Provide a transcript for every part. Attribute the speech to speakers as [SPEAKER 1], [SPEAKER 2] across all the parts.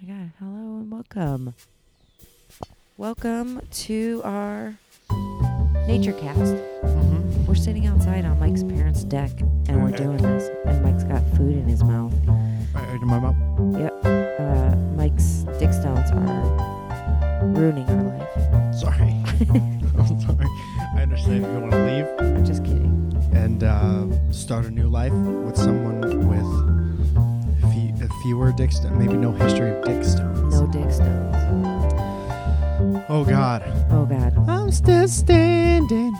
[SPEAKER 1] Hello and welcome. Welcome to our nature cast.
[SPEAKER 2] Mm-hmm.
[SPEAKER 1] We're sitting outside on Mike's parents' deck and we're doing this. And Mike's got food in his mouth.
[SPEAKER 2] my mom.
[SPEAKER 1] Uh, Mike's dick stones are ruining our life.
[SPEAKER 2] Sorry. I'm sorry. I understand if you want to leave
[SPEAKER 1] I'm just kidding.
[SPEAKER 2] and uh, start a new life with someone with fe- fewer dick stones, maybe no history of dick stones.
[SPEAKER 1] No dick stones.
[SPEAKER 2] Oh, God.
[SPEAKER 1] Oh, God.
[SPEAKER 2] I'm still standing.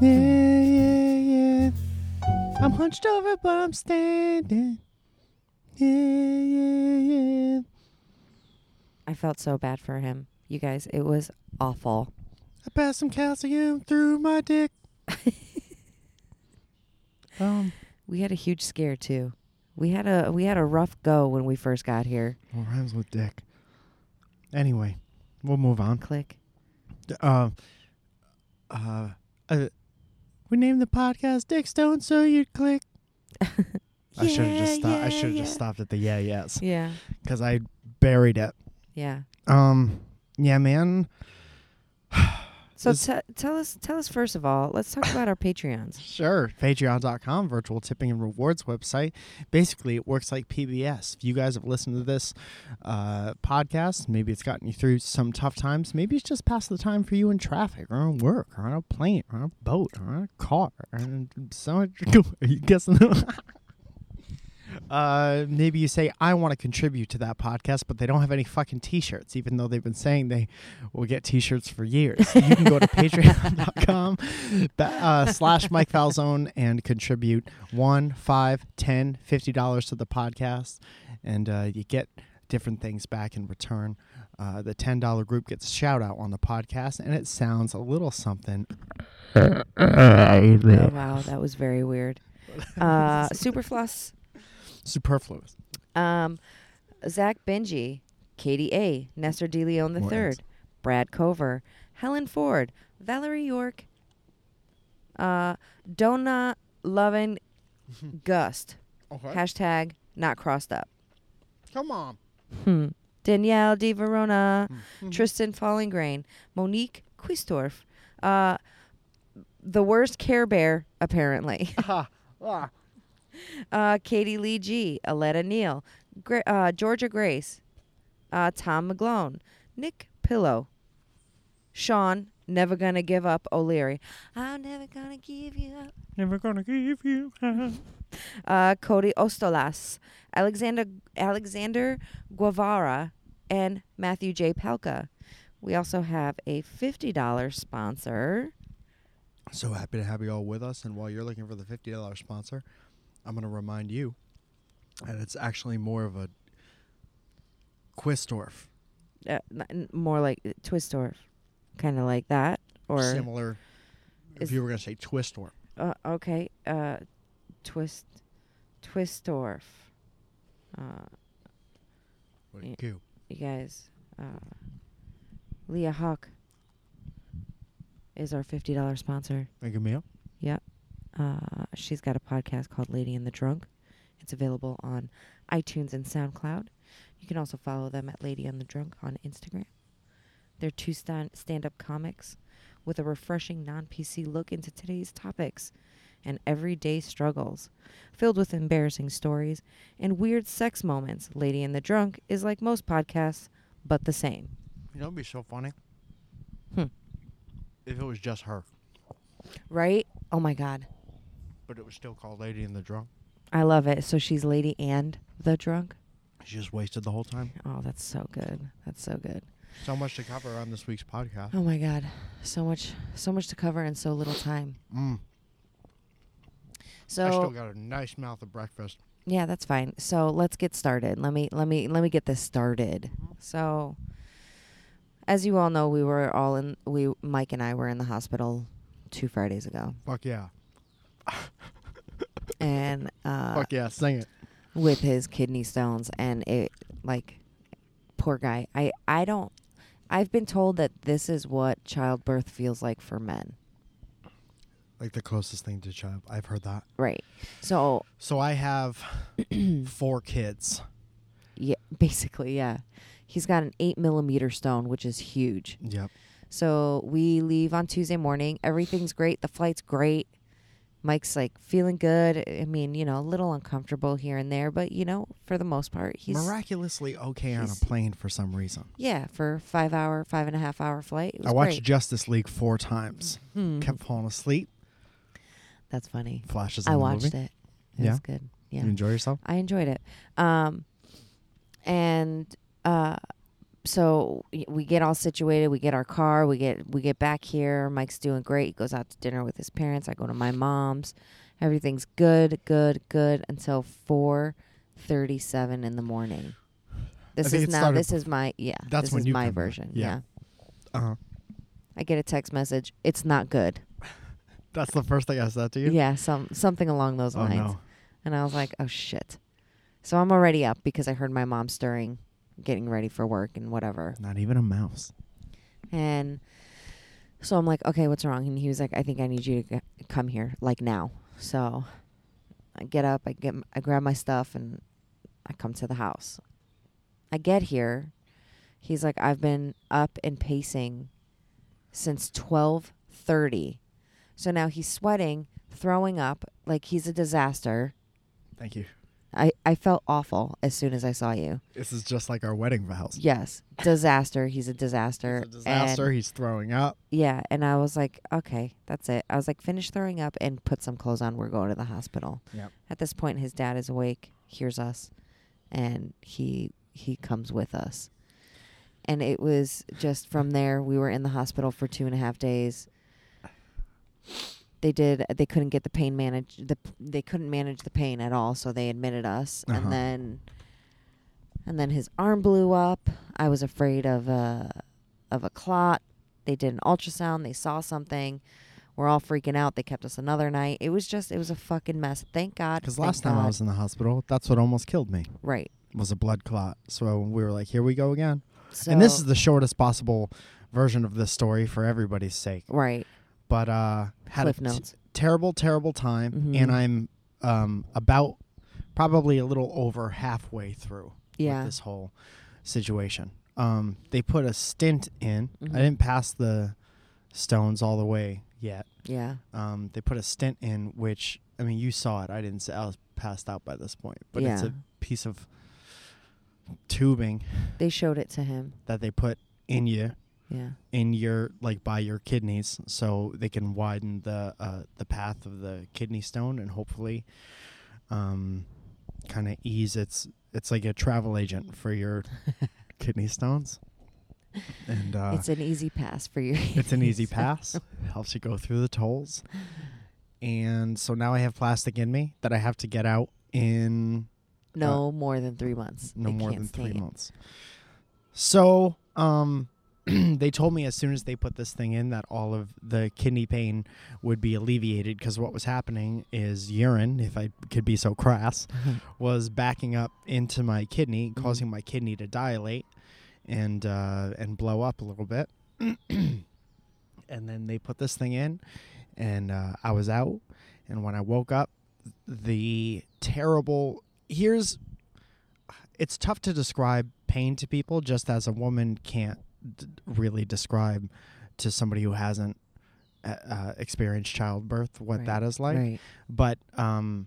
[SPEAKER 2] Yeah, yeah, yeah. I'm hunched over, but I'm standing. Yeah, yeah, yeah.
[SPEAKER 1] I felt so bad for him. You guys, it was awful.
[SPEAKER 2] I passed some calcium through my dick. um.
[SPEAKER 1] We had a huge scare too. We had a we had a rough go when we first got here.
[SPEAKER 2] Well, rhymes with dick. Anyway, we'll move on.
[SPEAKER 1] Click.
[SPEAKER 2] D- Uh, uh, uh, we named the podcast Dick Stone, so you'd click. I should have just
[SPEAKER 1] Yeah,
[SPEAKER 2] stopped. I
[SPEAKER 1] yeah,
[SPEAKER 2] should have
[SPEAKER 1] yeah.
[SPEAKER 2] just stopped at the yeah yes
[SPEAKER 1] Yeah.
[SPEAKER 2] because I buried it.
[SPEAKER 1] Yeah.
[SPEAKER 2] Um, yeah, man.
[SPEAKER 1] So
[SPEAKER 2] Is-
[SPEAKER 1] te- tell us, tell us first of all. Let's talk about our Patreons.
[SPEAKER 2] Sure. Patreon.com, virtual tipping and rewards website. Basically, it works like PBS. If you guys have listened to this uh, podcast, maybe it's gotten you through some tough times. Maybe it's just past the time for you in traffic or on work or on a plane or on a boat or on a car. And so are you guessing? Uh, maybe you say I want to contribute to that podcast, but they don't have any fucking t-shirts, even though they've been saying they will get t-shirts for years. You can go to patreon.com ba- uh, slash Mike Falzone and contribute one, five, ten, fifty dollars to the podcast, and uh, you get different things back in return. Uh, the ten dollar group gets a shout out on the podcast, and it sounds a little something.
[SPEAKER 1] oh, wow, that was very weird. Uh, Superfluss,
[SPEAKER 2] Superfluous.
[SPEAKER 1] um, Zach Benji, Katie A, Nestor De Leon the
[SPEAKER 2] Words.
[SPEAKER 1] Third, Brad Cover, Helen Ford, Valerie York, uh, Donna Lovin Gust. Hashtag not crossed up.
[SPEAKER 2] Come on.
[SPEAKER 1] Hmm. Danielle Di Verona, Tristan Fallingrain, Monique Quistorf, uh, the worst Care Bear apparently.
[SPEAKER 2] Ah.
[SPEAKER 1] uh, Katie Lee G, Aletta Neal, Gra- uh, Georgia Grace, uh, Tom McGlone, Nick Pillow, Sean. Never gonna give up, O'Leary. I'm never gonna give you up.
[SPEAKER 2] Never gonna give you up.
[SPEAKER 1] uh, Cody Ostolas, Alexander Alexander Guevara, and Matthew J. Pelka. We also have a fifty dollars sponsor.
[SPEAKER 2] So happy to have you all with us. And while you're looking for the $50 sponsor, I'm going to remind you that it's actually more of a Quistorf
[SPEAKER 1] Uh, n- n- more like uh, Twistorf, kind of like that, or
[SPEAKER 2] similar. If
[SPEAKER 1] is-
[SPEAKER 2] you were going to say Twistorf,
[SPEAKER 1] uh, okay, uh, Twist Twistorf. Uh,
[SPEAKER 2] what
[SPEAKER 1] Yeah.
[SPEAKER 2] you do?
[SPEAKER 1] you guys, uh, Leah Hawk is our fifty dollars sponsor.
[SPEAKER 2] Make a meal?
[SPEAKER 1] Uh, she's got a podcast called Lady and the Drunk. It's available on iTunes and SoundCloud. You can also follow them at Lady and the Drunk on Instagram. They're two stan- stand up comics with a refreshing non PC look into today's topics and everyday struggles. Filled with embarrassing stories and weird sex moments, Lady and the Drunk is like most podcasts, but the same.
[SPEAKER 2] You know, it'd be so funny
[SPEAKER 1] Hmm.
[SPEAKER 2] if it was just her,
[SPEAKER 1] Right? Oh my God.
[SPEAKER 2] but it was still called Lady in the Drunk.
[SPEAKER 1] I love it. So she's Lady and the Drunk.
[SPEAKER 2] She just wasted the whole time.
[SPEAKER 1] Oh, that's so good. That's so good.
[SPEAKER 2] So much to cover on this week's podcast.
[SPEAKER 1] Oh my god, so much, so much to cover in so little time.
[SPEAKER 2] Mm. I still
[SPEAKER 1] Oh. So
[SPEAKER 2] got a nice mouth of breakfast.
[SPEAKER 1] yeah, that's fine. So let's get started. Let me let me let me get this started.
[SPEAKER 2] Mm-hmm.
[SPEAKER 1] So, as you all know, we were all in. We Mike and I were in the hospital two Fridays ago,
[SPEAKER 2] Fuck yeah.
[SPEAKER 1] and uh,
[SPEAKER 2] Fuck yeah. Sing it.
[SPEAKER 1] with his kidney stones, and it like poor guy. I I don't. I've been told that this is what childbirth feels like for men.
[SPEAKER 2] Like the closest thing to child. I've heard that.
[SPEAKER 1] Right. So
[SPEAKER 2] So I have four kids.
[SPEAKER 1] yeah, basically, yeah. He's got an eight millimeter stone, which is huge.
[SPEAKER 2] Yep.
[SPEAKER 1] So we leave on Tuesday morning. Everything's great. The flight's great. Mike's like feeling good. I mean, you know, a little uncomfortable here and there, but you know, for the most part, he's
[SPEAKER 2] Miraculously okay on a
[SPEAKER 1] he's-
[SPEAKER 2] plane for some reason.
[SPEAKER 1] yeah for five hour, five and a half hour flight. It was
[SPEAKER 2] I watched
[SPEAKER 1] great.
[SPEAKER 2] Justice League four times.
[SPEAKER 1] Hmm.
[SPEAKER 2] Kept falling asleep.
[SPEAKER 1] That's funny.
[SPEAKER 2] Flashes. In
[SPEAKER 1] I
[SPEAKER 2] the
[SPEAKER 1] watched
[SPEAKER 2] movie.
[SPEAKER 1] it. It
[SPEAKER 2] Yeah?
[SPEAKER 1] was good.
[SPEAKER 2] You
[SPEAKER 1] Yeah,
[SPEAKER 2] enjoy yourself.
[SPEAKER 1] I enjoyed it. Um, and uh, so y- we get all situated. We get our car. We get we get back here. Mike's doing great. He goes out to dinner with his parents. I go to my mom's. Everything's good, good, good until four thirty-seven in the morning. This
[SPEAKER 2] think
[SPEAKER 1] is
[SPEAKER 2] it
[SPEAKER 1] now.
[SPEAKER 2] started
[SPEAKER 1] This is my yeah.
[SPEAKER 2] That's
[SPEAKER 1] this
[SPEAKER 2] when
[SPEAKER 1] is
[SPEAKER 2] you
[SPEAKER 1] my
[SPEAKER 2] come back.
[SPEAKER 1] version.
[SPEAKER 2] Yeah.
[SPEAKER 1] yeah,
[SPEAKER 2] Uh-huh.
[SPEAKER 1] I get a text message. It's not good.
[SPEAKER 2] That's the first thing I said to you.
[SPEAKER 1] Yeah, some something along those
[SPEAKER 2] Oh
[SPEAKER 1] lines.
[SPEAKER 2] no.
[SPEAKER 1] And I was like, oh shit. So I'm already up because I heard my mom stirring, getting ready for work and whatever.
[SPEAKER 2] Not even a mouse.
[SPEAKER 1] And so I'm like, okay, what's wrong? And he was like, I think I need you to g- come here like now. So I get up, I get, m- I grab my stuff, and I come to the house. I get here. He's like, I've been up and pacing since twelve thirty. So now he's sweating, throwing up, like he's a disaster.
[SPEAKER 2] Thank you.
[SPEAKER 1] I, I felt awful as soon as I saw you.
[SPEAKER 2] This is just like our wedding vows.
[SPEAKER 1] Yes. Disaster. He's a
[SPEAKER 2] He's
[SPEAKER 1] disaster.
[SPEAKER 2] a disaster.
[SPEAKER 1] And-
[SPEAKER 2] He's throwing up.
[SPEAKER 1] yeah. And I was like, okay, that's it. I was like, finish throwing up and put some clothes on. We're going to the hospital.
[SPEAKER 2] Yep.
[SPEAKER 1] At this point, his dad is awake, hears us, and he he comes with us. And it was just from there. We were in the hospital for two and a half days. They did. They couldn't get the pain manage. The they couldn't manage the pain at all, so they admitted us.
[SPEAKER 2] Uh-huh.
[SPEAKER 1] And then, and then his arm blew up. I was afraid of uh, a of a clot. They did an ultrasound. They saw something. We're all freaking out. They kept us another night. It was just. It was a fucking mess. Thank God.
[SPEAKER 2] Because
[SPEAKER 1] thank
[SPEAKER 2] last time I
[SPEAKER 1] God.
[SPEAKER 2] was in the hospital, that's what almost killed me.
[SPEAKER 1] right.
[SPEAKER 2] Was a blood clot. So we were like, here we go again.
[SPEAKER 1] So,
[SPEAKER 2] and this is the shortest possible version of this story for everybody's sake.
[SPEAKER 1] right.
[SPEAKER 2] But uh, had
[SPEAKER 1] Cliff
[SPEAKER 2] a t-
[SPEAKER 1] notes.
[SPEAKER 2] terrible, terrible time,
[SPEAKER 1] Mhm.
[SPEAKER 2] and I'm um, about probably a little over halfway through
[SPEAKER 1] Yeah.
[SPEAKER 2] with this whole situation. Um, they put a stint in.
[SPEAKER 1] Mhm.
[SPEAKER 2] I didn't pass the stones all the way yet.
[SPEAKER 1] Yeah.
[SPEAKER 2] Um, they put a stint in, which I mean, you saw it. I didn't. s- I was passed out by this point, but it's
[SPEAKER 1] Yeah.
[SPEAKER 2] a piece of tubing
[SPEAKER 1] They showed it to him.
[SPEAKER 2] that they put in you
[SPEAKER 1] Yeah.
[SPEAKER 2] in your like by your kidneys so they can widen the uh, the path of the kidney stone and hopefully um kind of ease its it's like a travel agent for your kidney stones and uh
[SPEAKER 1] it's an easy pass for you.
[SPEAKER 2] it's an easy pass helps you go through the tolls and so now i have plastic in me that i have to get out in
[SPEAKER 1] No more than three months.
[SPEAKER 2] no
[SPEAKER 1] They
[SPEAKER 2] more
[SPEAKER 1] can't
[SPEAKER 2] than three
[SPEAKER 1] stay.
[SPEAKER 2] months. So, um, they told me as soon as they put this thing in that all of the kidney pain would be alleviated because what was happening is urine, if I could be so crass, was backing up into my kidney,
[SPEAKER 1] Mm-hmm.
[SPEAKER 2] causing my kidney to dilate and uh, and blow up a little bit. and then they put this thing in, and uh, I was out. And when I woke up, the terrible here's it's tough to describe pain to people just as a woman can't d- really describe to somebody who hasn't uh, uh, experienced childbirth what
[SPEAKER 1] Right.
[SPEAKER 2] that is like
[SPEAKER 1] right.
[SPEAKER 2] but um,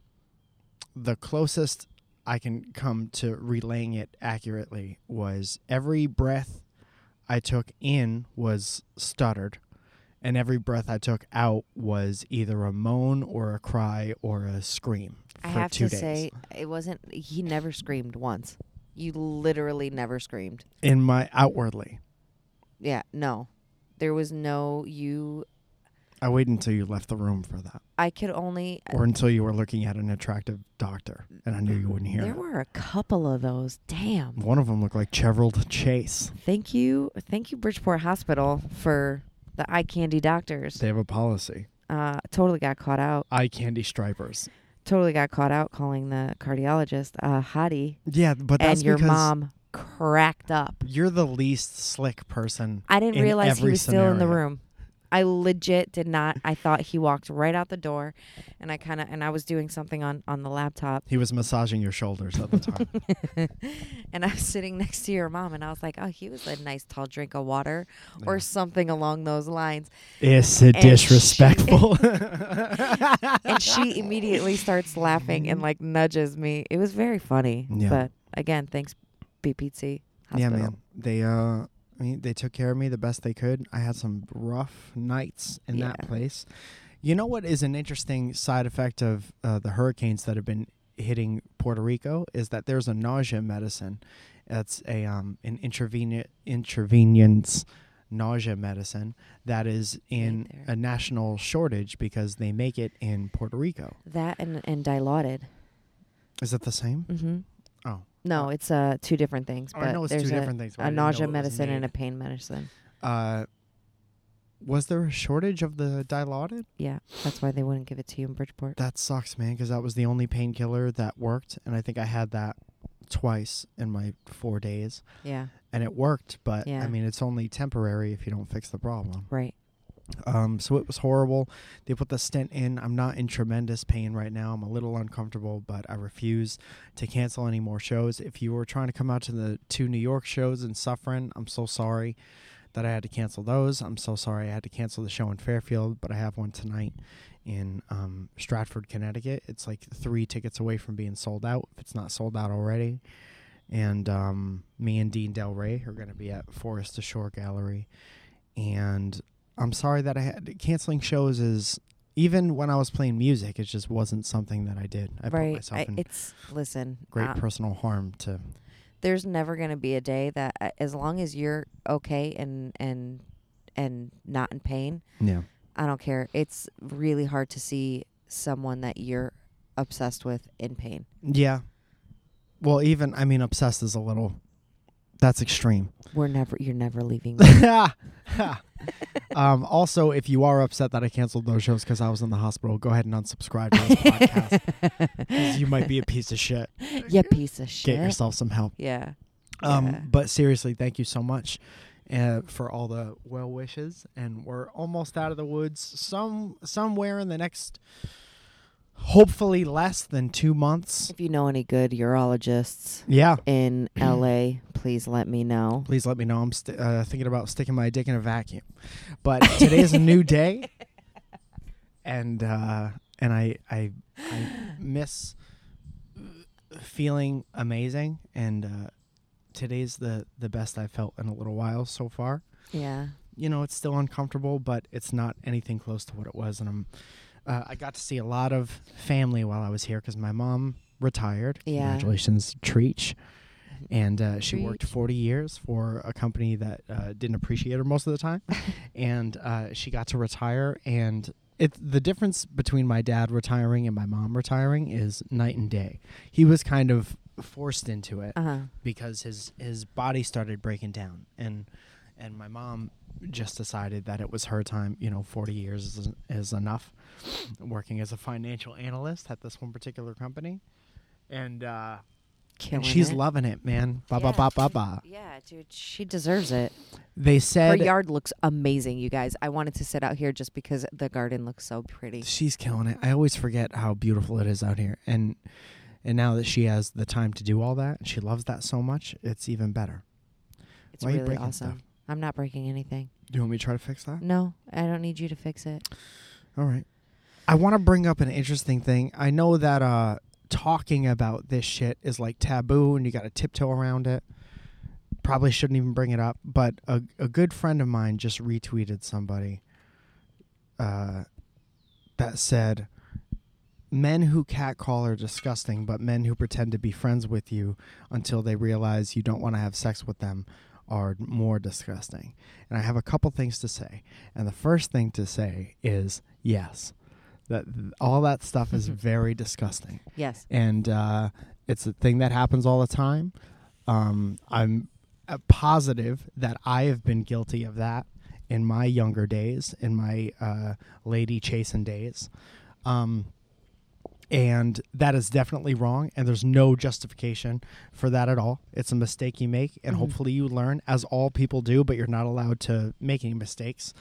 [SPEAKER 2] the closest I can come to relaying it accurately was every breath I took in was stuttered, and every breath I took out was either a moan or a cry or a scream for
[SPEAKER 1] I have
[SPEAKER 2] two
[SPEAKER 1] to
[SPEAKER 2] days.
[SPEAKER 1] say, it wasn't. He never screamed once. You literally never screamed.
[SPEAKER 2] in my outwardly,
[SPEAKER 1] Yeah. No. There was no you.
[SPEAKER 2] I waited until you left the room for that,
[SPEAKER 1] I could only.
[SPEAKER 2] or until you were looking at an attractive doctor, and I knew you wouldn't hear
[SPEAKER 1] There
[SPEAKER 2] it.
[SPEAKER 1] were a couple of those. Damn.
[SPEAKER 2] One of them looked like Chevril Chase.
[SPEAKER 1] Thank you. Thank you, Bridgeport Hospital, for the eye candy doctors.
[SPEAKER 2] They have a policy.
[SPEAKER 1] Uh, totally got caught out.
[SPEAKER 2] Eye candy stripers.
[SPEAKER 1] Totally got caught out calling the cardiologist a hottie.
[SPEAKER 2] Yeah, but that's
[SPEAKER 1] and your
[SPEAKER 2] because
[SPEAKER 1] mom cracked up.
[SPEAKER 2] you're the least slick person.
[SPEAKER 1] I didn't
[SPEAKER 2] in
[SPEAKER 1] realize he
[SPEAKER 2] every
[SPEAKER 1] was still in the
[SPEAKER 2] scenario.
[SPEAKER 1] room. I legit did not. I thought he walked right out the door, and I kind of and I was doing something on on the laptop,
[SPEAKER 2] He was massaging your shoulders at the time.
[SPEAKER 1] and I was sitting next to your mom, and I was like, "Oh, he was a nice tall drink of water, or
[SPEAKER 2] Yeah.
[SPEAKER 1] something along those lines."
[SPEAKER 2] Is
[SPEAKER 1] And
[SPEAKER 2] it
[SPEAKER 1] she-
[SPEAKER 2] disrespectful?
[SPEAKER 1] And she immediately starts laughing and like nudges me. It was very funny,
[SPEAKER 2] Yeah.
[SPEAKER 1] but again, thanks BPT.
[SPEAKER 2] yeah,
[SPEAKER 1] Hospital.
[SPEAKER 2] man. They uh, I mean, they took care of me the best they could. I had some rough nights in
[SPEAKER 1] Yeah.
[SPEAKER 2] that place. You know what is an interesting side effect of uh, the hurricanes that have been hitting Puerto Rico is that there's a nausea medicine. That's a um an intravenous intravenous nausea medicine that is in
[SPEAKER 1] there.
[SPEAKER 2] a national shortage because they make it in Puerto Rico.
[SPEAKER 1] That and and dilaudid.
[SPEAKER 2] Is it the same?
[SPEAKER 1] Mm-hmm.
[SPEAKER 2] Oh.
[SPEAKER 1] No, it's uh two different things.
[SPEAKER 2] Oh,
[SPEAKER 1] but
[SPEAKER 2] I know it's
[SPEAKER 1] there's
[SPEAKER 2] two
[SPEAKER 1] a,
[SPEAKER 2] different things. but I
[SPEAKER 1] a
[SPEAKER 2] didn't know
[SPEAKER 1] nausea
[SPEAKER 2] it was
[SPEAKER 1] medicine and
[SPEAKER 2] made.
[SPEAKER 1] a pain medicine.
[SPEAKER 2] Uh, was there a shortage of the dilaudid?
[SPEAKER 1] Yeah, that's why they wouldn't give it to you in Bridgeport.
[SPEAKER 2] That sucks, man, because that was the only painkiller that worked, and I think I had that twice in my four days,
[SPEAKER 1] Yeah,
[SPEAKER 2] and it worked. But
[SPEAKER 1] Yeah.
[SPEAKER 2] I mean, it's only temporary if you don't fix the problem.
[SPEAKER 1] right.
[SPEAKER 2] Um, so it was horrible. They put the stent in. I'm not in tremendous pain right now. I'm a little uncomfortable, but I refuse to cancel any more shows. If you were trying to come out to the two New York shows and suffering, I'm so sorry that I had to cancel those. I'm so sorry I had to cancel the show in Fairfield, but I have one tonight in um, Stratford, Connecticut. It's like three tickets away from being sold out if it's not sold out already. And um, me and Dean Del Rey are going to be at Forest to Shore Gallery. And I'm sorry that I had canceling shows is even when I was playing music, it just wasn't something that I did. I put
[SPEAKER 1] right.
[SPEAKER 2] myself
[SPEAKER 1] I-
[SPEAKER 2] in
[SPEAKER 1] it's listen.
[SPEAKER 2] great
[SPEAKER 1] uh,
[SPEAKER 2] personal harm to
[SPEAKER 1] there's never going to be a day that uh, as long as you're okay and and and not in pain,
[SPEAKER 2] yeah
[SPEAKER 1] I don't care. It's really hard to see someone that you're obsessed with in pain.
[SPEAKER 2] yeah. Well, even I mean, obsessed is a little that's extreme.
[SPEAKER 1] We're never you're never leaving. me.
[SPEAKER 2] um, also, if you are upset that I canceled those shows because I was in the hospital, go ahead and unsubscribe to this podcast. 'cause You might be a piece of shit.
[SPEAKER 1] you piece of shit.
[SPEAKER 2] Get yourself some help.
[SPEAKER 1] yeah.
[SPEAKER 2] Um,
[SPEAKER 1] Yeah.
[SPEAKER 2] But seriously, thank you so much uh, for all the well wishes, and we're almost out of the woods. Some somewhere in the next, hopefully less than two months.
[SPEAKER 1] If you know any good urologists
[SPEAKER 2] Yeah.
[SPEAKER 1] in LA, please let me know.
[SPEAKER 2] Please let me know. I'm st- uh, thinking about sticking my dick in a vacuum, but today is a new day, and uh, and I I, I miss feeling amazing, and uh, today's the the best I felt in a little while so far.
[SPEAKER 1] Yeah.
[SPEAKER 2] you know it's still uncomfortable but it's not anything close to what it was and i'm uh, i got to see a lot of family while i was here because my mom retired
[SPEAKER 1] Yeah. Mm-hmm.
[SPEAKER 2] congratulations treach and uh, she worked
[SPEAKER 1] Treach.
[SPEAKER 2] 40 years for a company that uh, didn't appreciate her most of the time and uh, she got to retire and it, the difference between my dad retiring and my mom retiring is night and day he was kind of forced into it
[SPEAKER 1] Uh huh.
[SPEAKER 2] because his his body started breaking down and and my mom just decided that it was her time you know 40 years is, is enough working as a financial analyst at this one particular company and uh
[SPEAKER 1] Killing
[SPEAKER 2] and she's
[SPEAKER 1] it.
[SPEAKER 2] loving it man ba ba
[SPEAKER 1] Yeah.
[SPEAKER 2] ba ba ba
[SPEAKER 1] Yeah, dude, she deserves it.
[SPEAKER 2] they
[SPEAKER 1] Her
[SPEAKER 2] said
[SPEAKER 1] yard looks amazing, you guys. I wanted to sit out here just because the garden looks so pretty.
[SPEAKER 2] she's killing it i always forget how beautiful it is out here and and now that she has the time to do all that and she loves that so much it's even better
[SPEAKER 1] It's
[SPEAKER 2] Why are you
[SPEAKER 1] really
[SPEAKER 2] breaking
[SPEAKER 1] awesome.
[SPEAKER 2] stuff?
[SPEAKER 1] I'm not breaking anything.
[SPEAKER 2] do you want me to try to fix that
[SPEAKER 1] No, I don't need you to fix it.
[SPEAKER 2] All right. I want to bring up an interesting thing. I know that uh, talking about this shit is like taboo and you got to tiptoe around it. Probably shouldn't even bring it up, but a, a good friend of mine just retweeted somebody uh, that said, Men who catcall are disgusting, but men who pretend to be friends with you until they realize you don't want to have sex with them are more disgusting. And I have a couple things to say. And the first thing to say is yes, that th- all that stuff is very disgusting,
[SPEAKER 1] Yes.
[SPEAKER 2] and uh, it's a thing that happens all the time. Um, I'm uh, positive that I have been guilty of that in my younger days, in my uh, lady chasing days. Um, and that is definitely wrong, and there's no justification for that at all. It's a mistake you make, and
[SPEAKER 1] Mhm.
[SPEAKER 2] hopefully you learn, as all people do, but you're not allowed to make any mistakes.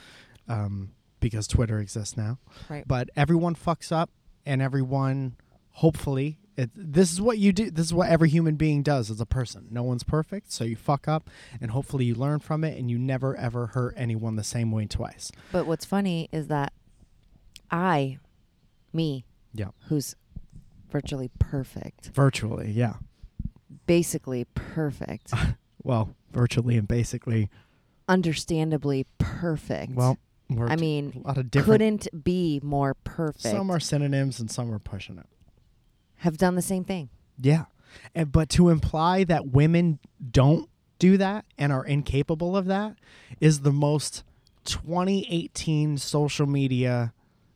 [SPEAKER 2] Um, because Twitter exists now.
[SPEAKER 1] Right.
[SPEAKER 2] But everyone fucks up, and everyone, hopefully, it, this is what you do. This is what every human being does as a person. No one's perfect, so you fuck up, and hopefully you learn from it, and you never ever hurt anyone the same way twice.
[SPEAKER 1] But what's funny is that I, me,
[SPEAKER 2] Yeah.
[SPEAKER 1] who's virtually perfect,
[SPEAKER 2] Virtually, yeah.
[SPEAKER 1] basically perfect,
[SPEAKER 2] Well, virtually and basically,
[SPEAKER 1] understandably perfect.
[SPEAKER 2] well, we're
[SPEAKER 1] I
[SPEAKER 2] t-
[SPEAKER 1] mean,
[SPEAKER 2] a lot of different.
[SPEAKER 1] couldn't be more perfect.
[SPEAKER 2] Some are synonyms, and some are pushing it.
[SPEAKER 1] have done the same thing.
[SPEAKER 2] Yeah. And but to imply that women don't do that and are incapable of that is the most 2018 social media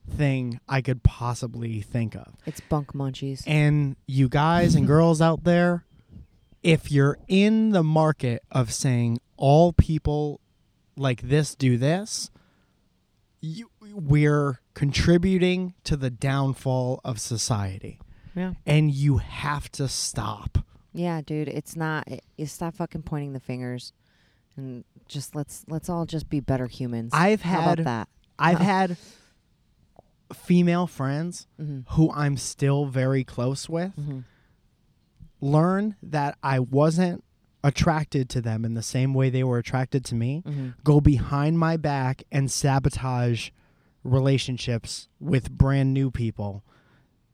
[SPEAKER 2] thing I could possibly think of.
[SPEAKER 1] It's bunk munchies.
[SPEAKER 2] And you guys and girls out there, if you're in the market of saying all people like this do this, you, we're contributing to the downfall of society
[SPEAKER 1] yeah.
[SPEAKER 2] and you have to stop.
[SPEAKER 1] Yeah, dude, it's not. It, you stop fucking pointing the fingers, and just let's let's all just be better humans.
[SPEAKER 2] I've
[SPEAKER 1] How
[SPEAKER 2] had-
[SPEAKER 1] about that.
[SPEAKER 2] I've had female friends
[SPEAKER 1] Mhm.
[SPEAKER 2] who I'm still very close with
[SPEAKER 1] Mhm.
[SPEAKER 2] learn that I wasn't attracted to them in the same way they were attracted to me,
[SPEAKER 1] Mhm.
[SPEAKER 2] go behind my back and sabotage relationships with brand new people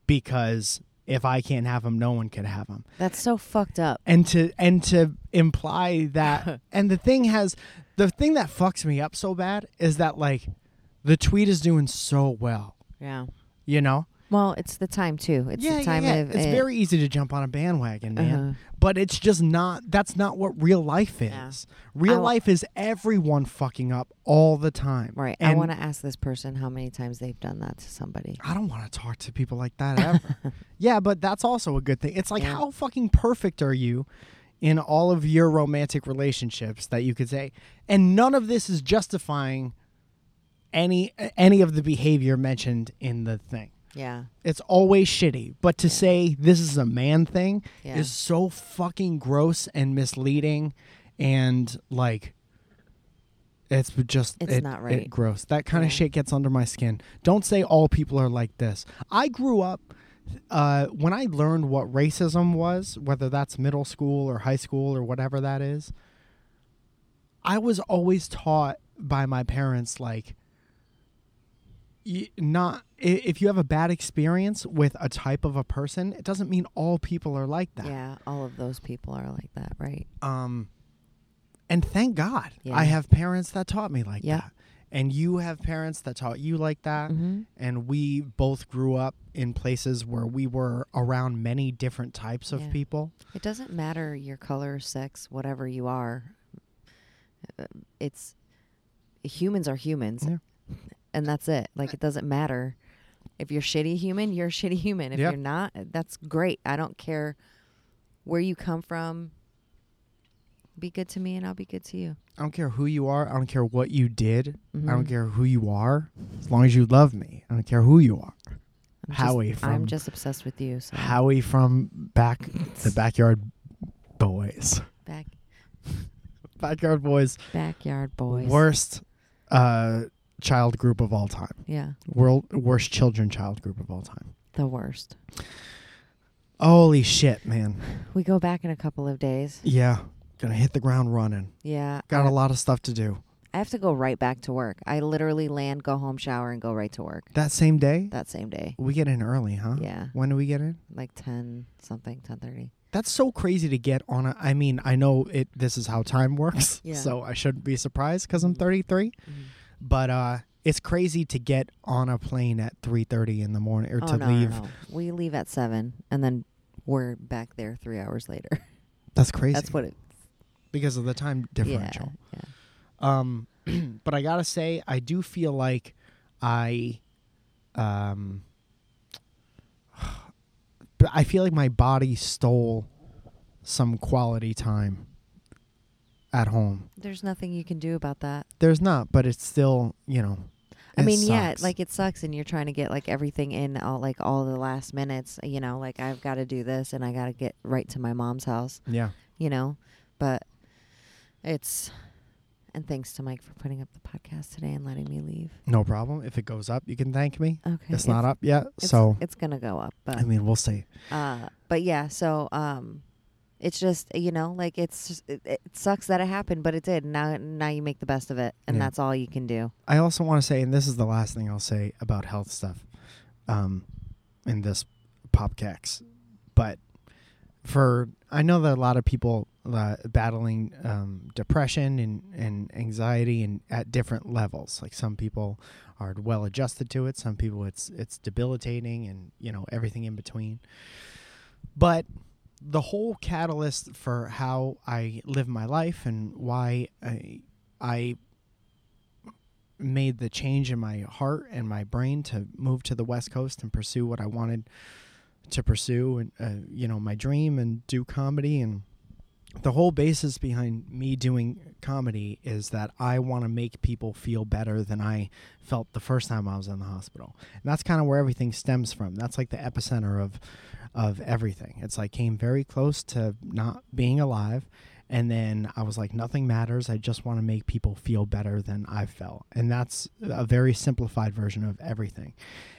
[SPEAKER 2] because if I can't have them, no one can have them.
[SPEAKER 1] That's so fucked up.
[SPEAKER 2] and to and to imply that and the thing has the thing that fucks me up so bad is that like the tweet is doing so well
[SPEAKER 1] Yeah.
[SPEAKER 2] you know
[SPEAKER 1] Well, it's the time too. It's the time of
[SPEAKER 2] it's
[SPEAKER 1] it-
[SPEAKER 2] very easy to jump on a bandwagon man
[SPEAKER 1] Uh-huh.
[SPEAKER 2] but it's just not that's not what real life is
[SPEAKER 1] Yeah.
[SPEAKER 2] real
[SPEAKER 1] I'll-
[SPEAKER 2] life is everyone fucking up all the time
[SPEAKER 1] right. I
[SPEAKER 2] And
[SPEAKER 1] want to ask this person how many times they've done that to somebody.
[SPEAKER 2] I don't want to talk to people like that ever. yeah, but that's also a good thing. It's like
[SPEAKER 1] Yeah.
[SPEAKER 2] how fucking perfect are you in all of your romantic relationships that you could say and none of this is justifying any any of the behavior mentioned in the thing.
[SPEAKER 1] Yeah.
[SPEAKER 2] It's always shitty, but to
[SPEAKER 1] Yeah.
[SPEAKER 2] say this is a man thing
[SPEAKER 1] Yeah.
[SPEAKER 2] is so fucking gross and misleading and like it's just
[SPEAKER 1] It's
[SPEAKER 2] it-
[SPEAKER 1] not
[SPEAKER 2] it
[SPEAKER 1] right.
[SPEAKER 2] gross. That kind of
[SPEAKER 1] Yeah.
[SPEAKER 2] shit gets under my skin. Don't say all people are like this. I grew up uh, when I learned what racism was, whether that's middle school or high school or whatever that is, I was always taught by my parents like y- not i- if you have a bad experience with a type of a person, it doesn't mean all people are like that
[SPEAKER 1] Yeah. All of those people are like that, right?
[SPEAKER 2] um and thank god
[SPEAKER 1] Yeah.
[SPEAKER 2] i have parents that taught me like
[SPEAKER 1] Yeah.
[SPEAKER 2] that and you have parents that taught you like that
[SPEAKER 1] Mm-hmm.
[SPEAKER 2] and we both grew up in places where we were around many different types of
[SPEAKER 1] Yeah.
[SPEAKER 2] people
[SPEAKER 1] It doesn't matter your color, sex, whatever you are. Uh, It's humans are humans,
[SPEAKER 2] Yeah.
[SPEAKER 1] and that's it. Like it doesn't matter if you're a shitty human, you're a shitty human. If
[SPEAKER 2] Yeah.
[SPEAKER 1] you're not, that's great. I don't care where you come from. Be good to me, and I'll be good to you.
[SPEAKER 2] i don't care who you are i don't care what you did i don't
[SPEAKER 1] Mhm.
[SPEAKER 2] care who you are as long as you love me i don't care who you are
[SPEAKER 1] I'm
[SPEAKER 2] Howie
[SPEAKER 1] just,
[SPEAKER 2] from-
[SPEAKER 1] I'm just obsessed with you. So
[SPEAKER 2] howie from back the backyard boys
[SPEAKER 1] back
[SPEAKER 2] backyard boys
[SPEAKER 1] backyard boys.
[SPEAKER 2] worst uh child group of all time
[SPEAKER 1] Yeah,
[SPEAKER 2] world worst children child group of all time.
[SPEAKER 1] the worst.
[SPEAKER 2] Holy shit, man.
[SPEAKER 1] We go back in a couple of days.
[SPEAKER 2] Yeah, gonna hit the ground running.
[SPEAKER 1] Yeah,
[SPEAKER 2] Got
[SPEAKER 1] I-
[SPEAKER 2] a lot of stuff to do.
[SPEAKER 1] I have to go right back to work. I literally land, go home, shower, and go right to work
[SPEAKER 2] That same day,
[SPEAKER 1] that same day.
[SPEAKER 2] we get in early, huh?
[SPEAKER 1] Yeah,
[SPEAKER 2] When do we get in?
[SPEAKER 1] like ten something, ten thirty.
[SPEAKER 2] That's so crazy to get on a I mean, I know it this is how time works.
[SPEAKER 1] Yeah.
[SPEAKER 2] So I shouldn't be surprised cuz I'm
[SPEAKER 1] Mhm.
[SPEAKER 2] 33, but uh it's crazy to get on a plane at 3:30 in the morning or
[SPEAKER 1] Oh
[SPEAKER 2] to
[SPEAKER 1] no,
[SPEAKER 2] leave.
[SPEAKER 1] no, no. we leave at seven, and then we're back there three hours later.
[SPEAKER 2] That's crazy.
[SPEAKER 1] That's what it
[SPEAKER 2] because of the time differential.
[SPEAKER 1] Yeah,
[SPEAKER 2] Um, but I gotta say, I do feel like I, um, but I feel like my body stole some quality time at home.
[SPEAKER 1] yeah. There's nothing you can do about that.
[SPEAKER 2] There's not, but it's still, you know.
[SPEAKER 1] I
[SPEAKER 2] it
[SPEAKER 1] mean, yeah,
[SPEAKER 2] sucks.
[SPEAKER 1] like it sucks, and you're trying to get like everything in, all, like all the last minutes. You know, like I've got to do this, and I got to get right to my mom's house.
[SPEAKER 2] yeah,
[SPEAKER 1] you know but it's And thanks to Mike for putting up the podcast today and letting me leave.
[SPEAKER 2] No problem. If it goes up, you can thank me.
[SPEAKER 1] Okay.
[SPEAKER 2] It's not up yet,
[SPEAKER 1] it's-
[SPEAKER 2] so
[SPEAKER 1] it's gonna go up,
[SPEAKER 2] I
[SPEAKER 1] but
[SPEAKER 2] mean, we'll see.
[SPEAKER 1] uh, but yeah. So um, it's just you know like it's just, it, it sucks that it happened, but it did. Now now you make the best of it, and
[SPEAKER 2] Yeah.
[SPEAKER 1] that's all you can do.
[SPEAKER 2] I also want to say, and this is the last thing I'll say about health stuff, um, in this popcax, but for I know that a lot of people uh, battling um, depression and and anxiety and at different levels. Like some people are well adjusted to it, some people it's it's debilitating, and you know everything in between. But the whole catalyst for how I live my life and why I I made the change in my heart and my brain to move to the West Coast and pursue what I wanted to pursue and uh, you know my dream and do comedy and the whole basis behind me doing comedy is that I want to make people feel better than I felt the first time I was in the hospital. And that's kind of where everything stems from. That's like the epicenter of of everything. It's like came very close to not being alive and then I was like, nothing matters. I just want to make people feel better than I felt. And that's a very simplified version of everything.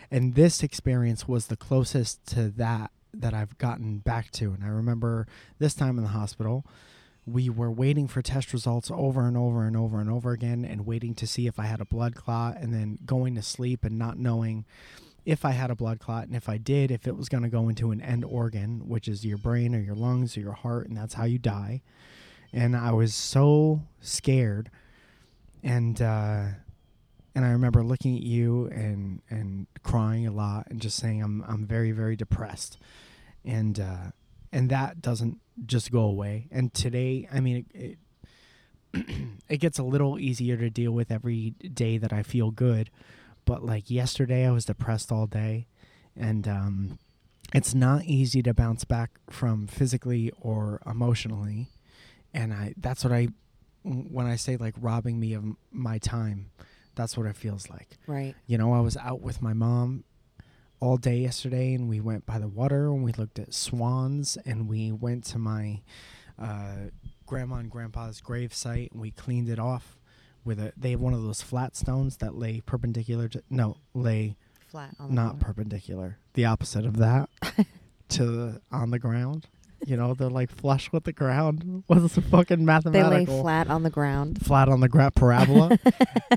[SPEAKER 2] And this experience was the closest to that that I've gotten back to. And I remember this time in the hospital, we were waiting for test results over and over and over and over again and waiting to see if I had a blood clot and then going to sleep and not knowing if I had a blood clot and if I did, if it was going to go into an end organ, which is your brain or your lungs or your heart, and that's how you die and I was so scared. And uh, and I remember looking at you and and crying a lot and just saying I'm I'm very very depressed, and uh, and that doesn't just go away. And today, I mean, it, it it gets a little easier to deal with every day that I feel good, but like yesterday, I was depressed all day, and um, it's not easy to bounce back from physically or emotionally and I that's what I when I say like robbing me of m- my time, that's what it feels like.
[SPEAKER 1] Right.
[SPEAKER 2] You know, I was out with my mom all day yesterday, and we went by the water and we looked at swans, and we went to my uh, grandma and grandpa's grave site, and we cleaned it off with a. They have one of those flat stones that lay perpendicular to no lay
[SPEAKER 1] Flat on the
[SPEAKER 2] not
[SPEAKER 1] water.
[SPEAKER 2] perpendicular, the opposite of that to the, on the ground. You know, they're like flush with the ground. What's the fucking
[SPEAKER 1] They lay
[SPEAKER 2] mathematical?
[SPEAKER 1] flat on the ground.
[SPEAKER 2] flat on the ground parabola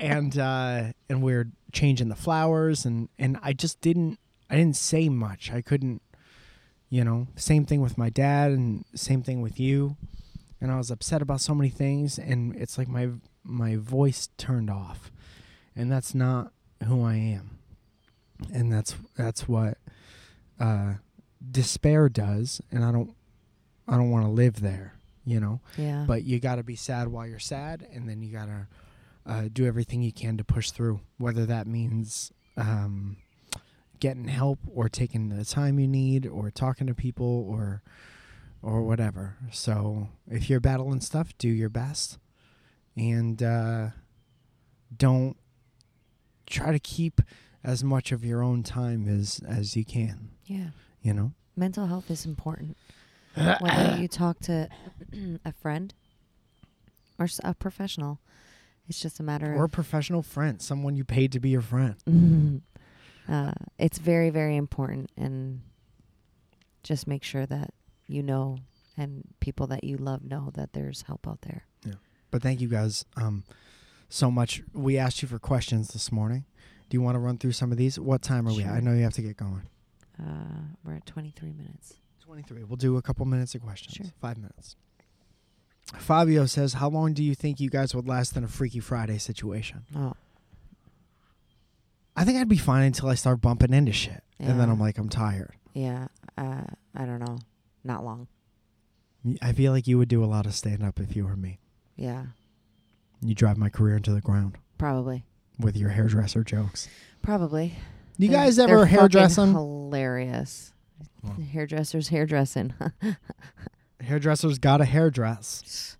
[SPEAKER 2] and uh and we are changing the flowers and and I just didn't I didn't say much. I couldn't you know, same thing with my dad and same thing with you. And I was upset about so many things and it's like my my voice turned off. And that's not who I am. And that's that's what uh despair does and I don't I don't want to live there, you know
[SPEAKER 1] Yeah.
[SPEAKER 2] but you got to be sad while you're sad and then you got to uh, do everything you can to push through whether that means um, getting help or taking the time you need or talking to people or or whatever so if you're battling stuff do your best and uh, don't try to keep as much of your own time as as you can
[SPEAKER 1] yeah.
[SPEAKER 2] you know
[SPEAKER 1] Mental health is important. Whether you talk to a friend or s- a professional, it's just a matter
[SPEAKER 2] or a
[SPEAKER 1] of.
[SPEAKER 2] professional friend someone you paid to be your friend
[SPEAKER 1] uh, it's very, very important. And just make sure that you know and people that you love know that there's help out there.
[SPEAKER 2] But thank you guys um, so much. We asked you for questions this morning. Do you want to run through some of these? What time are we at?
[SPEAKER 1] Sure.
[SPEAKER 2] I know you have to get going.
[SPEAKER 1] Uh, we're at 23 minutes.
[SPEAKER 2] 23. We'll do a couple minutes of questions.
[SPEAKER 1] Sure.
[SPEAKER 2] Five minutes. Fabio says, How long do you think you guys would last in a Freaky Friday situation?
[SPEAKER 1] Oh,
[SPEAKER 2] I think I'd be fine until I start bumping into shit. And then
[SPEAKER 1] Yeah.
[SPEAKER 2] I'm like, I'm tired.
[SPEAKER 1] yeah. Uh, I don't know. Not long.
[SPEAKER 2] I feel like you would do a lot of stand up if you were me.
[SPEAKER 1] Yeah.
[SPEAKER 2] You drive my career into the ground
[SPEAKER 1] Probably.
[SPEAKER 2] with your hairdresser jokes.
[SPEAKER 1] Probably.
[SPEAKER 2] Do you
[SPEAKER 1] They're-
[SPEAKER 2] guys
[SPEAKER 1] they're
[SPEAKER 2] ever
[SPEAKER 1] fucking
[SPEAKER 2] hairdressing?
[SPEAKER 1] Hilarious.
[SPEAKER 2] Wow.
[SPEAKER 1] Hairdressers hairdressing.
[SPEAKER 2] Hairdressers got a hairdress.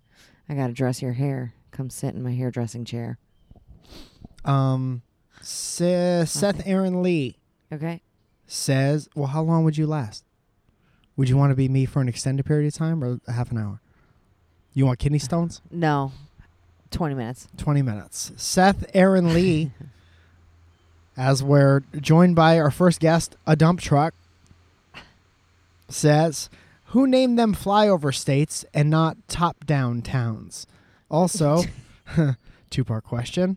[SPEAKER 1] I gotta dress your hair. Come sit in my hairdressing chair.
[SPEAKER 2] Um, Se- Seth Aaron Lee
[SPEAKER 1] Okay.
[SPEAKER 2] says, "Well, how long would you last? Would you want to be me for an extended period of time or half an hour? You want kidney stones?
[SPEAKER 1] No. 20 minutes.
[SPEAKER 2] 20 minutes. Seth Aaron Lee, as we're joined by our first guest, a dump truck, says, Who named them flyover states and not top down towns? Also, two part question.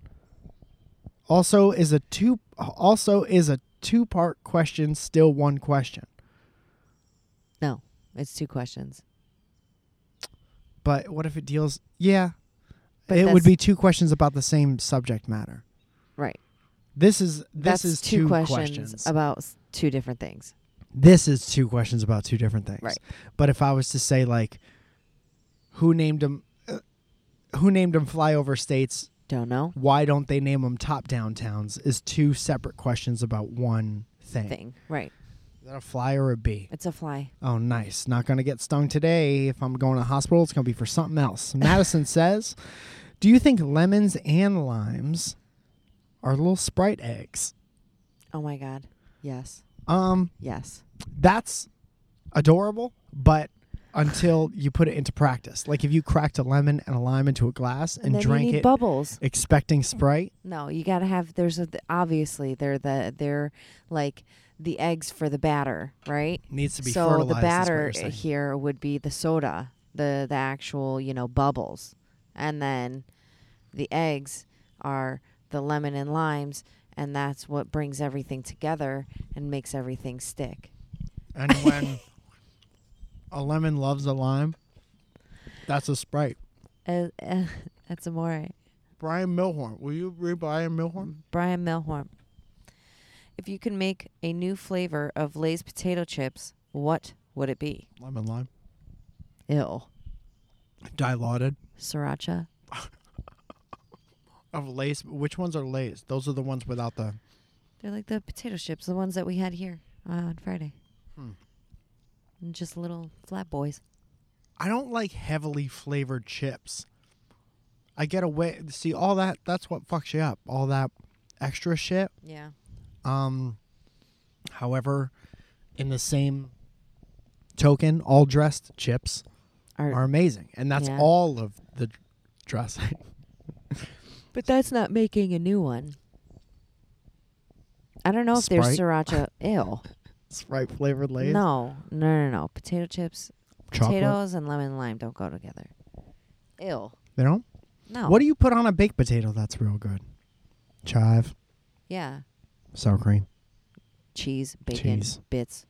[SPEAKER 2] Also is a two also is a two part question still one question.
[SPEAKER 1] No, it's two questions.
[SPEAKER 2] But what if it deals yeah.
[SPEAKER 1] But
[SPEAKER 2] it would
[SPEAKER 1] that's-
[SPEAKER 2] be two questions about the same subject matter.
[SPEAKER 1] Right.
[SPEAKER 2] This is this
[SPEAKER 1] That's
[SPEAKER 2] is
[SPEAKER 1] two, questions,
[SPEAKER 2] questions.
[SPEAKER 1] about s- two different things.
[SPEAKER 2] this is two questions about two different things.
[SPEAKER 1] Right.
[SPEAKER 2] But if I was to say like, who named them? Uh, who named them flyover states?
[SPEAKER 1] Don't know.
[SPEAKER 2] Why don't they name them top downtowns? Is two separate questions about one thing.
[SPEAKER 1] Thing. Right.
[SPEAKER 2] Is that a fly or a bee?
[SPEAKER 1] It's a fly.
[SPEAKER 2] Oh, nice. Not gonna get stung today. If I'm going to the hospital, it's gonna be for something else. Madison says, "Do you think lemons and limes are little sprite eggs?"
[SPEAKER 1] Oh my God. Yes.
[SPEAKER 2] Um,
[SPEAKER 1] Yes.
[SPEAKER 2] that's adorable, but until you put it into practice. Like if you cracked a lemon and a lime into a glass and,
[SPEAKER 1] then you
[SPEAKER 2] drank
[SPEAKER 1] need
[SPEAKER 2] it
[SPEAKER 1] bubbles.
[SPEAKER 2] expecting Sprite,
[SPEAKER 1] No, you got to have. There's a, th- obviously they're the they're like the eggs for the batter, right?
[SPEAKER 2] needs to be
[SPEAKER 1] so
[SPEAKER 2] fertilized.
[SPEAKER 1] the
[SPEAKER 2] is what
[SPEAKER 1] batter
[SPEAKER 2] you're saying.
[SPEAKER 1] here would be the soda, the the actual you know bubbles, and then the eggs are the lemon and limes, and that's what brings everything together and makes everything stick.
[SPEAKER 2] And when a lemon loves a lime, that's a Sprite.
[SPEAKER 1] Uh, uh, that's amore.
[SPEAKER 2] Brian Milhorn, will you read Brian Milhorn?
[SPEAKER 1] Brian Melhorn. If you can make a new flavor of Lay's potato chips, what would it be?
[SPEAKER 2] Lemon lime.
[SPEAKER 1] Ew.
[SPEAKER 2] Dilaudid.
[SPEAKER 1] Sriracha.
[SPEAKER 2] Of Lay's. Which ones are Lay's? Those are the ones without the.
[SPEAKER 1] They're like the potato chips, the ones that we had here uh, on Friday.
[SPEAKER 2] Hmm.
[SPEAKER 1] And Just little flat boys.
[SPEAKER 2] I don't like heavily flavored chips. I get away. See, all that, that's what fucks you up. All that extra shit.
[SPEAKER 1] Yeah.
[SPEAKER 2] Um, however, in the same token, all dressed chips
[SPEAKER 1] Are-
[SPEAKER 2] are amazing. And that's
[SPEAKER 1] Yeah.
[SPEAKER 2] all of the dressing.
[SPEAKER 1] but that's not making a new one. I don't know if there's sriracha. Ew.
[SPEAKER 2] Sprite flavored Lay's.
[SPEAKER 1] No. No, no, no. Potato chips,
[SPEAKER 2] Chocolate.
[SPEAKER 1] potatoes, and lemon and lime don't go together. Ew.
[SPEAKER 2] They don't?
[SPEAKER 1] No.
[SPEAKER 2] What do you put on a baked potato that's real good? Chive,
[SPEAKER 1] Yeah.
[SPEAKER 2] sour cream.
[SPEAKER 1] Cheese, bacon,
[SPEAKER 2] Cheese.
[SPEAKER 1] bits.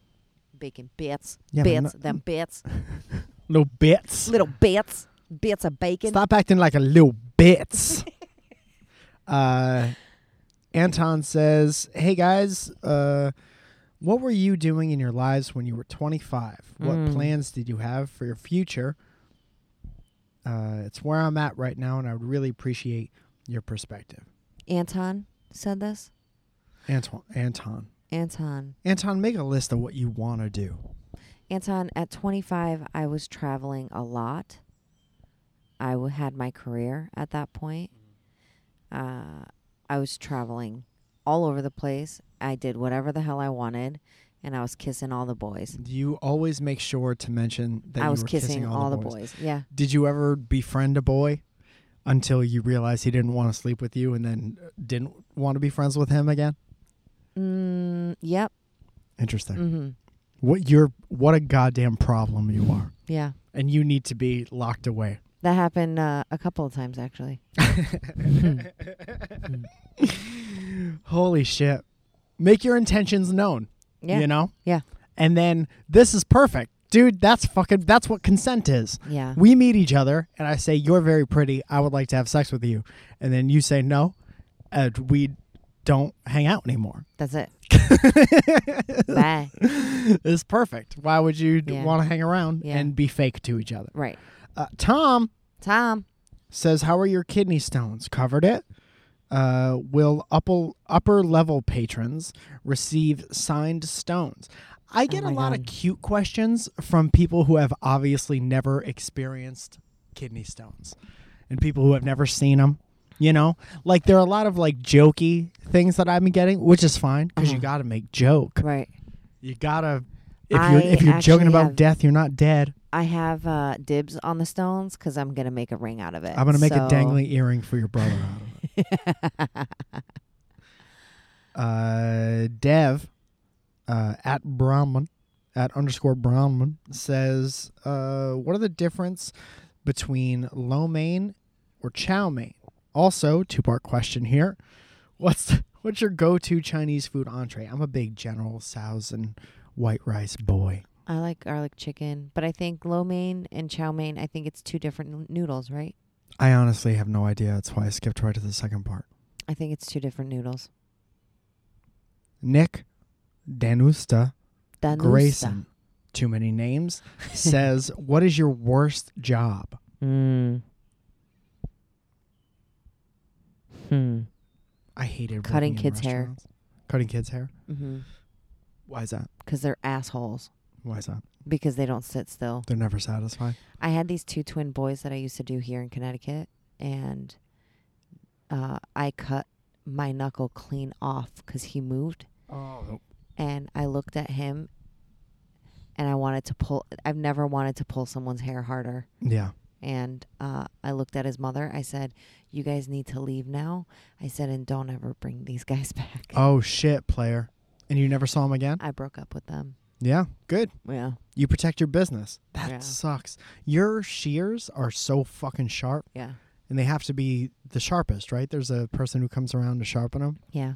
[SPEAKER 1] Bacon bits.
[SPEAKER 2] Yeah, but
[SPEAKER 1] bits.
[SPEAKER 2] no-
[SPEAKER 1] them bits.
[SPEAKER 2] Little bits.
[SPEAKER 1] little bits. Bits of bacon.
[SPEAKER 2] Stop acting like a little bits. uh, Anton says, "Hey guys, uh, what were you doing in your lives when you were 25? What
[SPEAKER 1] Mm.
[SPEAKER 2] plans did you have for your future? Uh, it's where I'm at right now, and I would really appreciate your perspective,
[SPEAKER 1] Anton said this.
[SPEAKER 2] Anton. Anton,
[SPEAKER 1] Anton.
[SPEAKER 2] Anton, make a list of what you want to do.
[SPEAKER 1] Anton, at 25, I was traveling a lot. I w- had my career at that point. Uh, I was traveling all over the place. I did whatever the hell I wanted, and I was kissing all the boys.
[SPEAKER 2] You always make sure to mention that
[SPEAKER 1] I
[SPEAKER 2] you
[SPEAKER 1] was
[SPEAKER 2] were
[SPEAKER 1] kissing, all, the
[SPEAKER 2] boys.
[SPEAKER 1] boys. Yeah.
[SPEAKER 2] Did you ever befriend a boy until you realized he didn't want to sleep with you and then didn't want to be friends with him again?
[SPEAKER 1] Mm, yep.
[SPEAKER 2] Interesting.
[SPEAKER 1] hmm
[SPEAKER 2] What you're what a goddamn problem you are.
[SPEAKER 1] Yeah.
[SPEAKER 2] And you need to be locked away.
[SPEAKER 1] That happened uh, a couple of times, actually.
[SPEAKER 2] Holy shit. Make your intentions known.
[SPEAKER 1] Yeah.
[SPEAKER 2] You know?
[SPEAKER 1] Yeah.
[SPEAKER 2] And then this is perfect. Dude, that's fucking that's what consent is.
[SPEAKER 1] Yeah.
[SPEAKER 2] we meet each other and I say, You're very pretty. I would like to have sex with you. And then you say no, and we don't hang out anymore.
[SPEAKER 1] That's it. Bye.
[SPEAKER 2] It's perfect. Why would you
[SPEAKER 1] Yeah.
[SPEAKER 2] want to hang around
[SPEAKER 1] Yeah.
[SPEAKER 2] and be fake to each other?
[SPEAKER 1] Right.
[SPEAKER 2] Uh, Tom
[SPEAKER 1] Tom.
[SPEAKER 2] says, How are your kidney stones? Covered it? Uh, will upper, upper level patrons receive signed stones? I get
[SPEAKER 1] Oh my
[SPEAKER 2] a lot of
[SPEAKER 1] God.
[SPEAKER 2] cute questions from people who have obviously never experienced kidney stones and people who have never seen them. You know, like there are a lot of like jokey things that I've been getting, which is fine because you
[SPEAKER 1] Uh-huh.
[SPEAKER 2] got to make joke.
[SPEAKER 1] Right.
[SPEAKER 2] You got to If
[SPEAKER 1] I
[SPEAKER 2] you're if you're
[SPEAKER 1] actually
[SPEAKER 2] joking about
[SPEAKER 1] have-
[SPEAKER 2] death, you're not dead.
[SPEAKER 1] I have uh, dibs on the stones because I'm gonna make a ring out of it.
[SPEAKER 2] I'm gonna make
[SPEAKER 1] so-
[SPEAKER 2] a dangling earring for your brother. out of it. uh, Dev uh, at Brahman at underscore Brahman says, uh, "What are the difference between lo mein or chow mein?" Also, two part question here. What's the, what's your go to Chinese food entree? I'm a big General Tso's and white rice boy.
[SPEAKER 1] I like garlic chicken, but I think lo mein and chow mein. I think it's two different n- noodles, right?
[SPEAKER 2] I honestly have no idea. That's why I skipped right to the second part.
[SPEAKER 1] I think it's two different noodles.
[SPEAKER 2] Nick Danusta
[SPEAKER 1] Danusta.
[SPEAKER 2] Grayson, too many names, says, What is your worst job?
[SPEAKER 1] Mm. Hmm.
[SPEAKER 2] I hated
[SPEAKER 1] Cutting
[SPEAKER 2] working in
[SPEAKER 1] kids' hair.
[SPEAKER 2] restaurants. Cutting kids' hair?
[SPEAKER 1] Mm-hmm.
[SPEAKER 2] Why is that?
[SPEAKER 1] Because they're assholes.
[SPEAKER 2] Why is that?
[SPEAKER 1] Because they don't sit still.
[SPEAKER 2] They're never satisfied.
[SPEAKER 1] I had these two twin boys that I used to do here in Connecticut, and uh, I cut my knuckle clean off because he moved.
[SPEAKER 2] Oh.
[SPEAKER 1] and I looked at him and I wanted to pull I've never wanted to pull someone's hair harder
[SPEAKER 2] Yeah.
[SPEAKER 1] and uh, I looked at his mother I said you guys need to leave now I said and don't ever bring these guys back
[SPEAKER 2] Oh, shit, player. And you never saw him again?
[SPEAKER 1] I broke up with them
[SPEAKER 2] Yeah. Good.
[SPEAKER 1] yeah
[SPEAKER 2] You protect your business. That
[SPEAKER 1] Yeah.
[SPEAKER 2] sucks. Your shears are so fucking sharp,
[SPEAKER 1] yeah
[SPEAKER 2] and they have to be the sharpest, right? There's a person who comes around to sharpen them.
[SPEAKER 1] yeah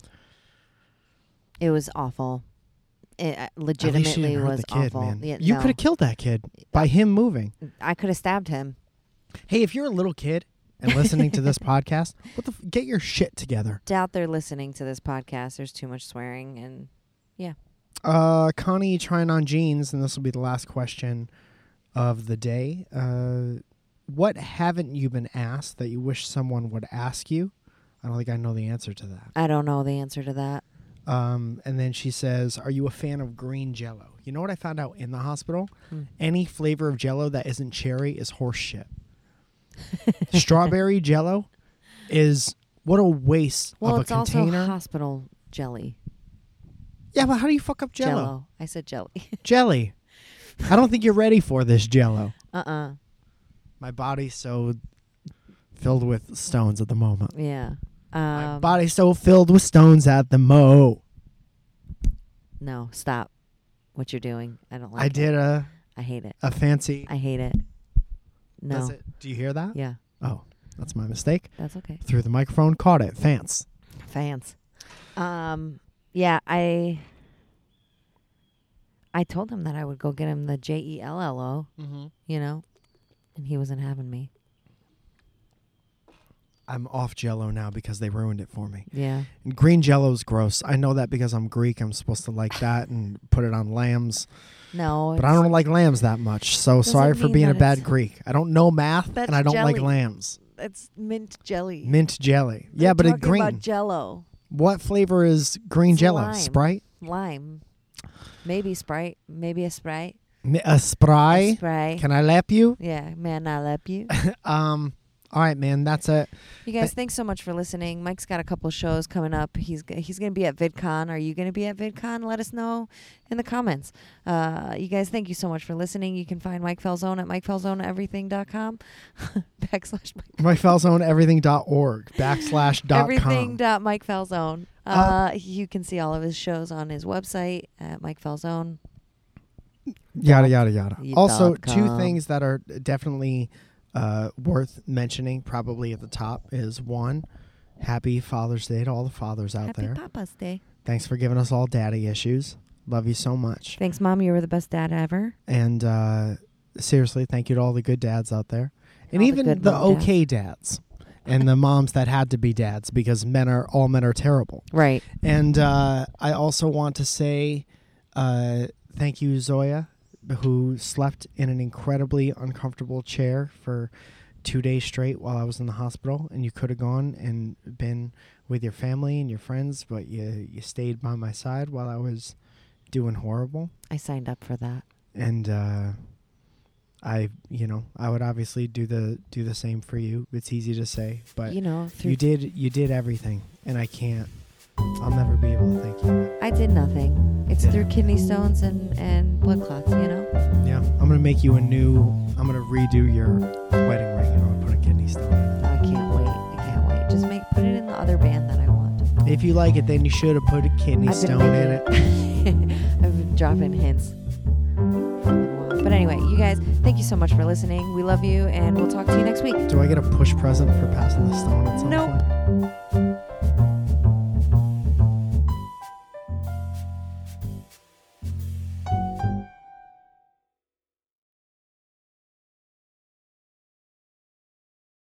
[SPEAKER 1] it was awful it uh,
[SPEAKER 2] At least you
[SPEAKER 1] legitimately
[SPEAKER 2] didn't hurt
[SPEAKER 1] was
[SPEAKER 2] the kid,
[SPEAKER 1] awful
[SPEAKER 2] man.
[SPEAKER 1] Yeah,
[SPEAKER 2] you
[SPEAKER 1] no.
[SPEAKER 2] could have killed that kid by him moving.
[SPEAKER 1] I could have stabbed him
[SPEAKER 2] Hey, if you're a little kid and listening to this podcast, what the f- get your shit together.
[SPEAKER 1] doubt they're listening to this podcast there's too much swearing and
[SPEAKER 2] Uh, Connie trying on jeans, and this will be the last question of the day. Uh, what haven't you been asked that you wish someone would ask you? I don't think I know the answer to that.
[SPEAKER 1] I don't know the answer to that
[SPEAKER 2] Um, and then she says, "Are you a fan of green Jello?" You know what I found out in the hospital?
[SPEAKER 1] Hmm.
[SPEAKER 2] Any flavor of Jello that isn't cherry is horse shit. Strawberry Jello is what a waste
[SPEAKER 1] well
[SPEAKER 2] of a
[SPEAKER 1] it's
[SPEAKER 2] container.
[SPEAKER 1] also hospital jelly
[SPEAKER 2] Yeah, but how do you fuck up jello?
[SPEAKER 1] Jello. I said jelly.
[SPEAKER 2] Jelly. I don't think you're ready for this jello.
[SPEAKER 1] uh uh
[SPEAKER 2] My body's so filled with stones at the moment.
[SPEAKER 1] Yeah.
[SPEAKER 2] My
[SPEAKER 1] Um,
[SPEAKER 2] body's so filled with stones at the mo.
[SPEAKER 1] No, stop what you're doing. I don't like
[SPEAKER 2] I
[SPEAKER 1] it.
[SPEAKER 2] did a
[SPEAKER 1] I hate it.
[SPEAKER 2] a fancy.
[SPEAKER 1] I hate it. No.
[SPEAKER 2] That's it. Do you hear that?
[SPEAKER 1] Yeah,
[SPEAKER 2] Oh, that's my mistake.
[SPEAKER 1] that's okay.
[SPEAKER 2] Through the microphone, caught it. Fans.
[SPEAKER 1] Fans. Um, yeah, I. I told him that I would go get him the J E L L O,
[SPEAKER 2] Mm-hmm.
[SPEAKER 1] you know, and he wasn't having me.
[SPEAKER 2] I'm off jello now because they ruined it for me.
[SPEAKER 1] Yeah.
[SPEAKER 2] And green jello's gross. I know that because I'm Greek. I'm supposed to like that and put it on lambs.
[SPEAKER 1] No.
[SPEAKER 2] But I
[SPEAKER 1] it's-
[SPEAKER 2] don't like lambs that much, so
[SPEAKER 1] Doesn't
[SPEAKER 2] sorry for
[SPEAKER 1] mean
[SPEAKER 2] being a
[SPEAKER 1] that it's-
[SPEAKER 2] bad Greek. I don't know math,
[SPEAKER 1] That's
[SPEAKER 2] and I don't like
[SPEAKER 1] jelly.
[SPEAKER 2] lambs.
[SPEAKER 1] It's mint jelly.
[SPEAKER 2] Mint jelly,
[SPEAKER 1] They're
[SPEAKER 2] yeah, but it
[SPEAKER 1] talking
[SPEAKER 2] green.
[SPEAKER 1] About jello.
[SPEAKER 2] what flavor is green
[SPEAKER 1] It's
[SPEAKER 2] jello?
[SPEAKER 1] lime.
[SPEAKER 2] Sprite,
[SPEAKER 1] Lime. Maybe Sprite. Maybe a Sprite.
[SPEAKER 2] M- a
[SPEAKER 1] A
[SPEAKER 2] spry.
[SPEAKER 1] Sprite.
[SPEAKER 2] Can I lap you?
[SPEAKER 1] Yeah, man, I love you.
[SPEAKER 2] Um, all right, man, that's it.
[SPEAKER 1] You guys, thanks so much for listening. Mike's got a couple shows coming up. He's g- he's going to be at VidCon. Are you going to be at VidCon? Let us know in the comments. Uh, you guys, thank you so much for listening. You can find Mike Falzone at MikeFalzoneEverything.com backslash Mike.
[SPEAKER 2] MikeFalzoneEverything.org backslash dot
[SPEAKER 1] Everything
[SPEAKER 2] com.
[SPEAKER 1] dot Mike Falzone. Uh, you can see all of his shows on his website at Mike Falzone.
[SPEAKER 2] Yada yada yada.
[SPEAKER 1] Dot
[SPEAKER 2] Also, two
[SPEAKER 1] com.
[SPEAKER 2] things that are definitely uh, worth mentioning, probably at the top, is one. Happy Father's Day to all the fathers out
[SPEAKER 1] Happy
[SPEAKER 2] there.
[SPEAKER 1] Papa's Day.
[SPEAKER 2] Thanks for giving us all daddy issues. Love you so much.
[SPEAKER 1] Thanks, Mom. You were the best dad ever.
[SPEAKER 2] And uh, seriously, thank you to all the good dads out there,
[SPEAKER 1] All
[SPEAKER 2] and
[SPEAKER 1] the
[SPEAKER 2] even the,
[SPEAKER 1] good mom dads.
[SPEAKER 2] okay dads, and the moms that had to be dads because men are all men are terrible.
[SPEAKER 1] Right.
[SPEAKER 2] And uh, I also want to say uh, thank you, Zoya, who slept in an incredibly uncomfortable chair for two days straight while I was in the hospital. And you could have gone and been with your family and your friends, but you, you stayed by my side while I was doing horrible.
[SPEAKER 1] I signed up for that.
[SPEAKER 2] And uh, I, you know, I would obviously do the do the same for you. It's easy to say, but
[SPEAKER 1] you know, through
[SPEAKER 2] you did you did everything, and I can't I'll never be able to thank you.
[SPEAKER 1] I did nothing. It's
[SPEAKER 2] Yeah.
[SPEAKER 1] through kidney stones and, and blood clots, you know?
[SPEAKER 2] Yeah, I'm gonna make you a new. I'm gonna redo your wedding ring and I'll put a kidney stone in
[SPEAKER 1] I can't wait. I can't wait. Just make put it in the other band that I want.
[SPEAKER 2] it. If you like it, then you should have put a kidney
[SPEAKER 1] I've been
[SPEAKER 2] stone in it.
[SPEAKER 1] making- I've been dropping hints. But anyway, you guys, thank you so much for listening. We love you, and we'll talk to you next week.
[SPEAKER 2] Do I get a push present for passing the stone at some
[SPEAKER 1] Nope.
[SPEAKER 2] point?